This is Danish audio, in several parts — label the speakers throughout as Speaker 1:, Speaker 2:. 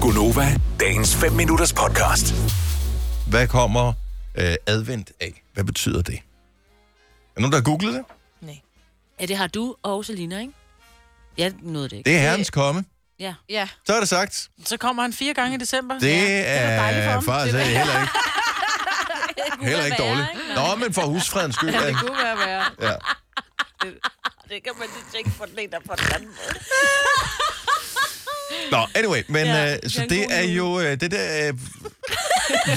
Speaker 1: Gunova, dagens 5 minutters podcast.
Speaker 2: Hvad kommer øh, advent af? Hvad betyder det? Er der nogen, der har googlet det?
Speaker 3: Nej. Ja, det har du og Selina, ikke? Jeg nåede det ikke.
Speaker 2: Det er herrens komme.
Speaker 3: Ja.
Speaker 4: Ja,
Speaker 2: Så er det sagt.
Speaker 5: Så kommer han fire gange i december.
Speaker 2: Det
Speaker 5: Ja.
Speaker 4: dejligt for
Speaker 2: er
Speaker 4: ham.
Speaker 2: faktisk
Speaker 4: Det er-
Speaker 2: heller ikke, heller ikke
Speaker 3: være,
Speaker 2: dårligt.
Speaker 3: ikke?
Speaker 2: Nå, men for husfredens skyld.
Speaker 4: det
Speaker 2: ikke?
Speaker 4: kunne være værre.
Speaker 2: Ja.
Speaker 3: Det kan man lige tænke på den ene og på den anden måde.
Speaker 2: Nå, anyway, men ja,
Speaker 5: Ja,
Speaker 2: øh, så
Speaker 5: det er en
Speaker 2: det
Speaker 5: god
Speaker 2: er
Speaker 5: jul.
Speaker 2: jo øh, det der... Øh,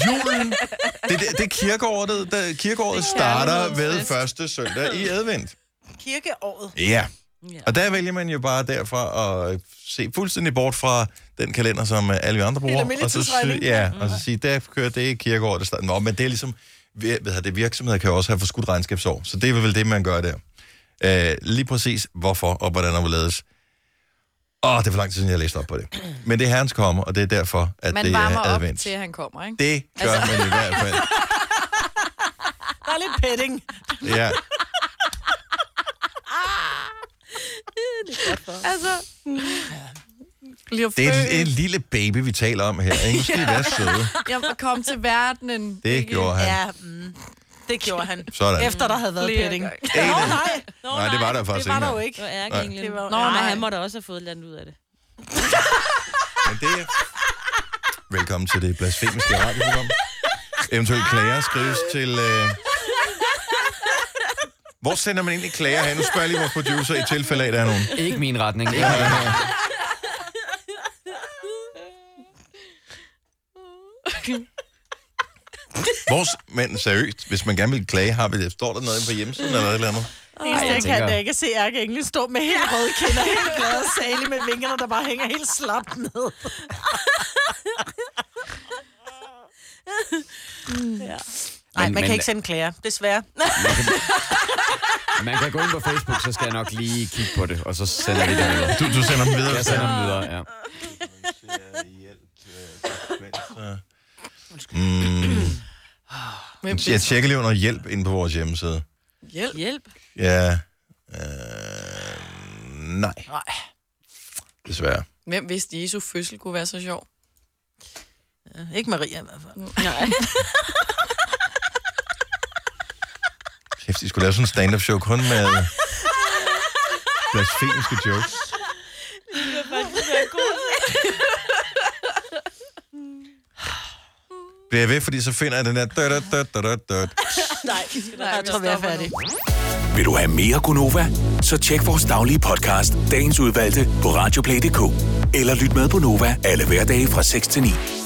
Speaker 2: julen, det, det, det kirkeåret, der, kirkeåret starter ved første søndag i advent.
Speaker 5: Kirkeåret.
Speaker 2: Ja.
Speaker 3: Ja.
Speaker 2: Og der vælger man jo bare derfra at se fuldstændig bort fra den kalender, som øh, alle vi andre bruger.
Speaker 5: almindelig
Speaker 2: Og så, sy-
Speaker 5: tidsregning.
Speaker 2: ja, og så sige, der kører det i kirkeåret. Der starter. Nå, men det er ligesom, ved, ved det, virksomheder kan jo også have forskudt regnskabsår, så det er vel det, man gør der. Øh, lige præcis hvorfor og hvordan og hvorledes. Åh, det er for lang tid siden, jeg læste op på det. Men det er herrens komme, og det er derfor, at
Speaker 4: Man
Speaker 2: det
Speaker 4: varmer
Speaker 2: er
Speaker 4: op
Speaker 2: advent.
Speaker 4: til, at han kommer, ikke?
Speaker 2: Det gør altså... man i hvert fald.
Speaker 5: Der er lidt petting.
Speaker 2: Ja.
Speaker 5: mm.
Speaker 4: Altså, bliver
Speaker 2: Det er
Speaker 5: Øh.
Speaker 2: en, en
Speaker 4: født.
Speaker 2: lille baby, vi taler om her. Ikke? Nu skal I være søde.
Speaker 4: Jeg kom til verdenen.
Speaker 2: Det gjorde han.
Speaker 5: Ja, mm, det gjorde han.
Speaker 2: Sådan.
Speaker 5: Efter der havde været
Speaker 4: Flere
Speaker 5: petting.
Speaker 4: gange.
Speaker 5: Nå, nej. Nå,
Speaker 2: Nej, det var der faktisk
Speaker 5: det var
Speaker 2: ikke engang.
Speaker 3: Det var
Speaker 5: der jo ikke.
Speaker 3: ærger
Speaker 2: Nej.
Speaker 3: egentlig.
Speaker 5: Det var-
Speaker 3: Nå, men
Speaker 5: Nej.
Speaker 3: han må da også have fået et eller andet ud af det.
Speaker 2: Men det er... Velkommen til det blasfemiske radioprogram. Eventuelt klager skrives til... Øh... Hvor sender man egentlig klager hen? Nu spørger jeg lige vores producer i tilfælde af, at der er nogen.
Speaker 6: Ikke min retning. Ikke min retning.
Speaker 2: Vores, men seriøst, hvis man gerne vil klage, har vi det. Står der noget inde på hjemmesiden eller et eller andet?
Speaker 5: Eneste, jeg
Speaker 6: tænker-
Speaker 5: kan da ikke se Ærke Engel stå med helt røde kinder, helt glad og salig med vingerne, der bare hænger helt slapt ned. ja. Nej,
Speaker 6: Men-
Speaker 5: man
Speaker 6: men-
Speaker 5: kan ikke sende klager, desværre.
Speaker 6: Man kan gå ind på Facebook, så skal jeg nok lige kigge på det, og så sender vi det videre.
Speaker 2: Du, du sender dem videre.
Speaker 6: Jeg sender dem videre, ja.
Speaker 4: Men
Speaker 2: Jeg tjekker lige under hjælp inde på vores hjemmeside.
Speaker 5: Hjælp.
Speaker 3: Hjælp.
Speaker 2: Ja. Øh, nej.
Speaker 5: Nej.
Speaker 2: Desværre.
Speaker 4: Hvem vidste, Jesu fødsel kunne være så sjov?
Speaker 5: Ikke Maria i hvert fald.
Speaker 3: Nej.
Speaker 2: Kæft, de skulle lave sådan en stand-up show kun med blasfemiske jokes. Bliver jeg ved, fordi så finder jeg den der... Død, død, død, død, død.
Speaker 5: Nej, Nej jeg
Speaker 4: vi
Speaker 5: tror, vi er
Speaker 4: stopper
Speaker 5: færdige.
Speaker 1: Vil du have mere Gunova? Så tjek vores daglige podcast, dagens udvalgte, på radioplay.dk. Eller lyt med på Nova alle hverdage fra 6 til 9.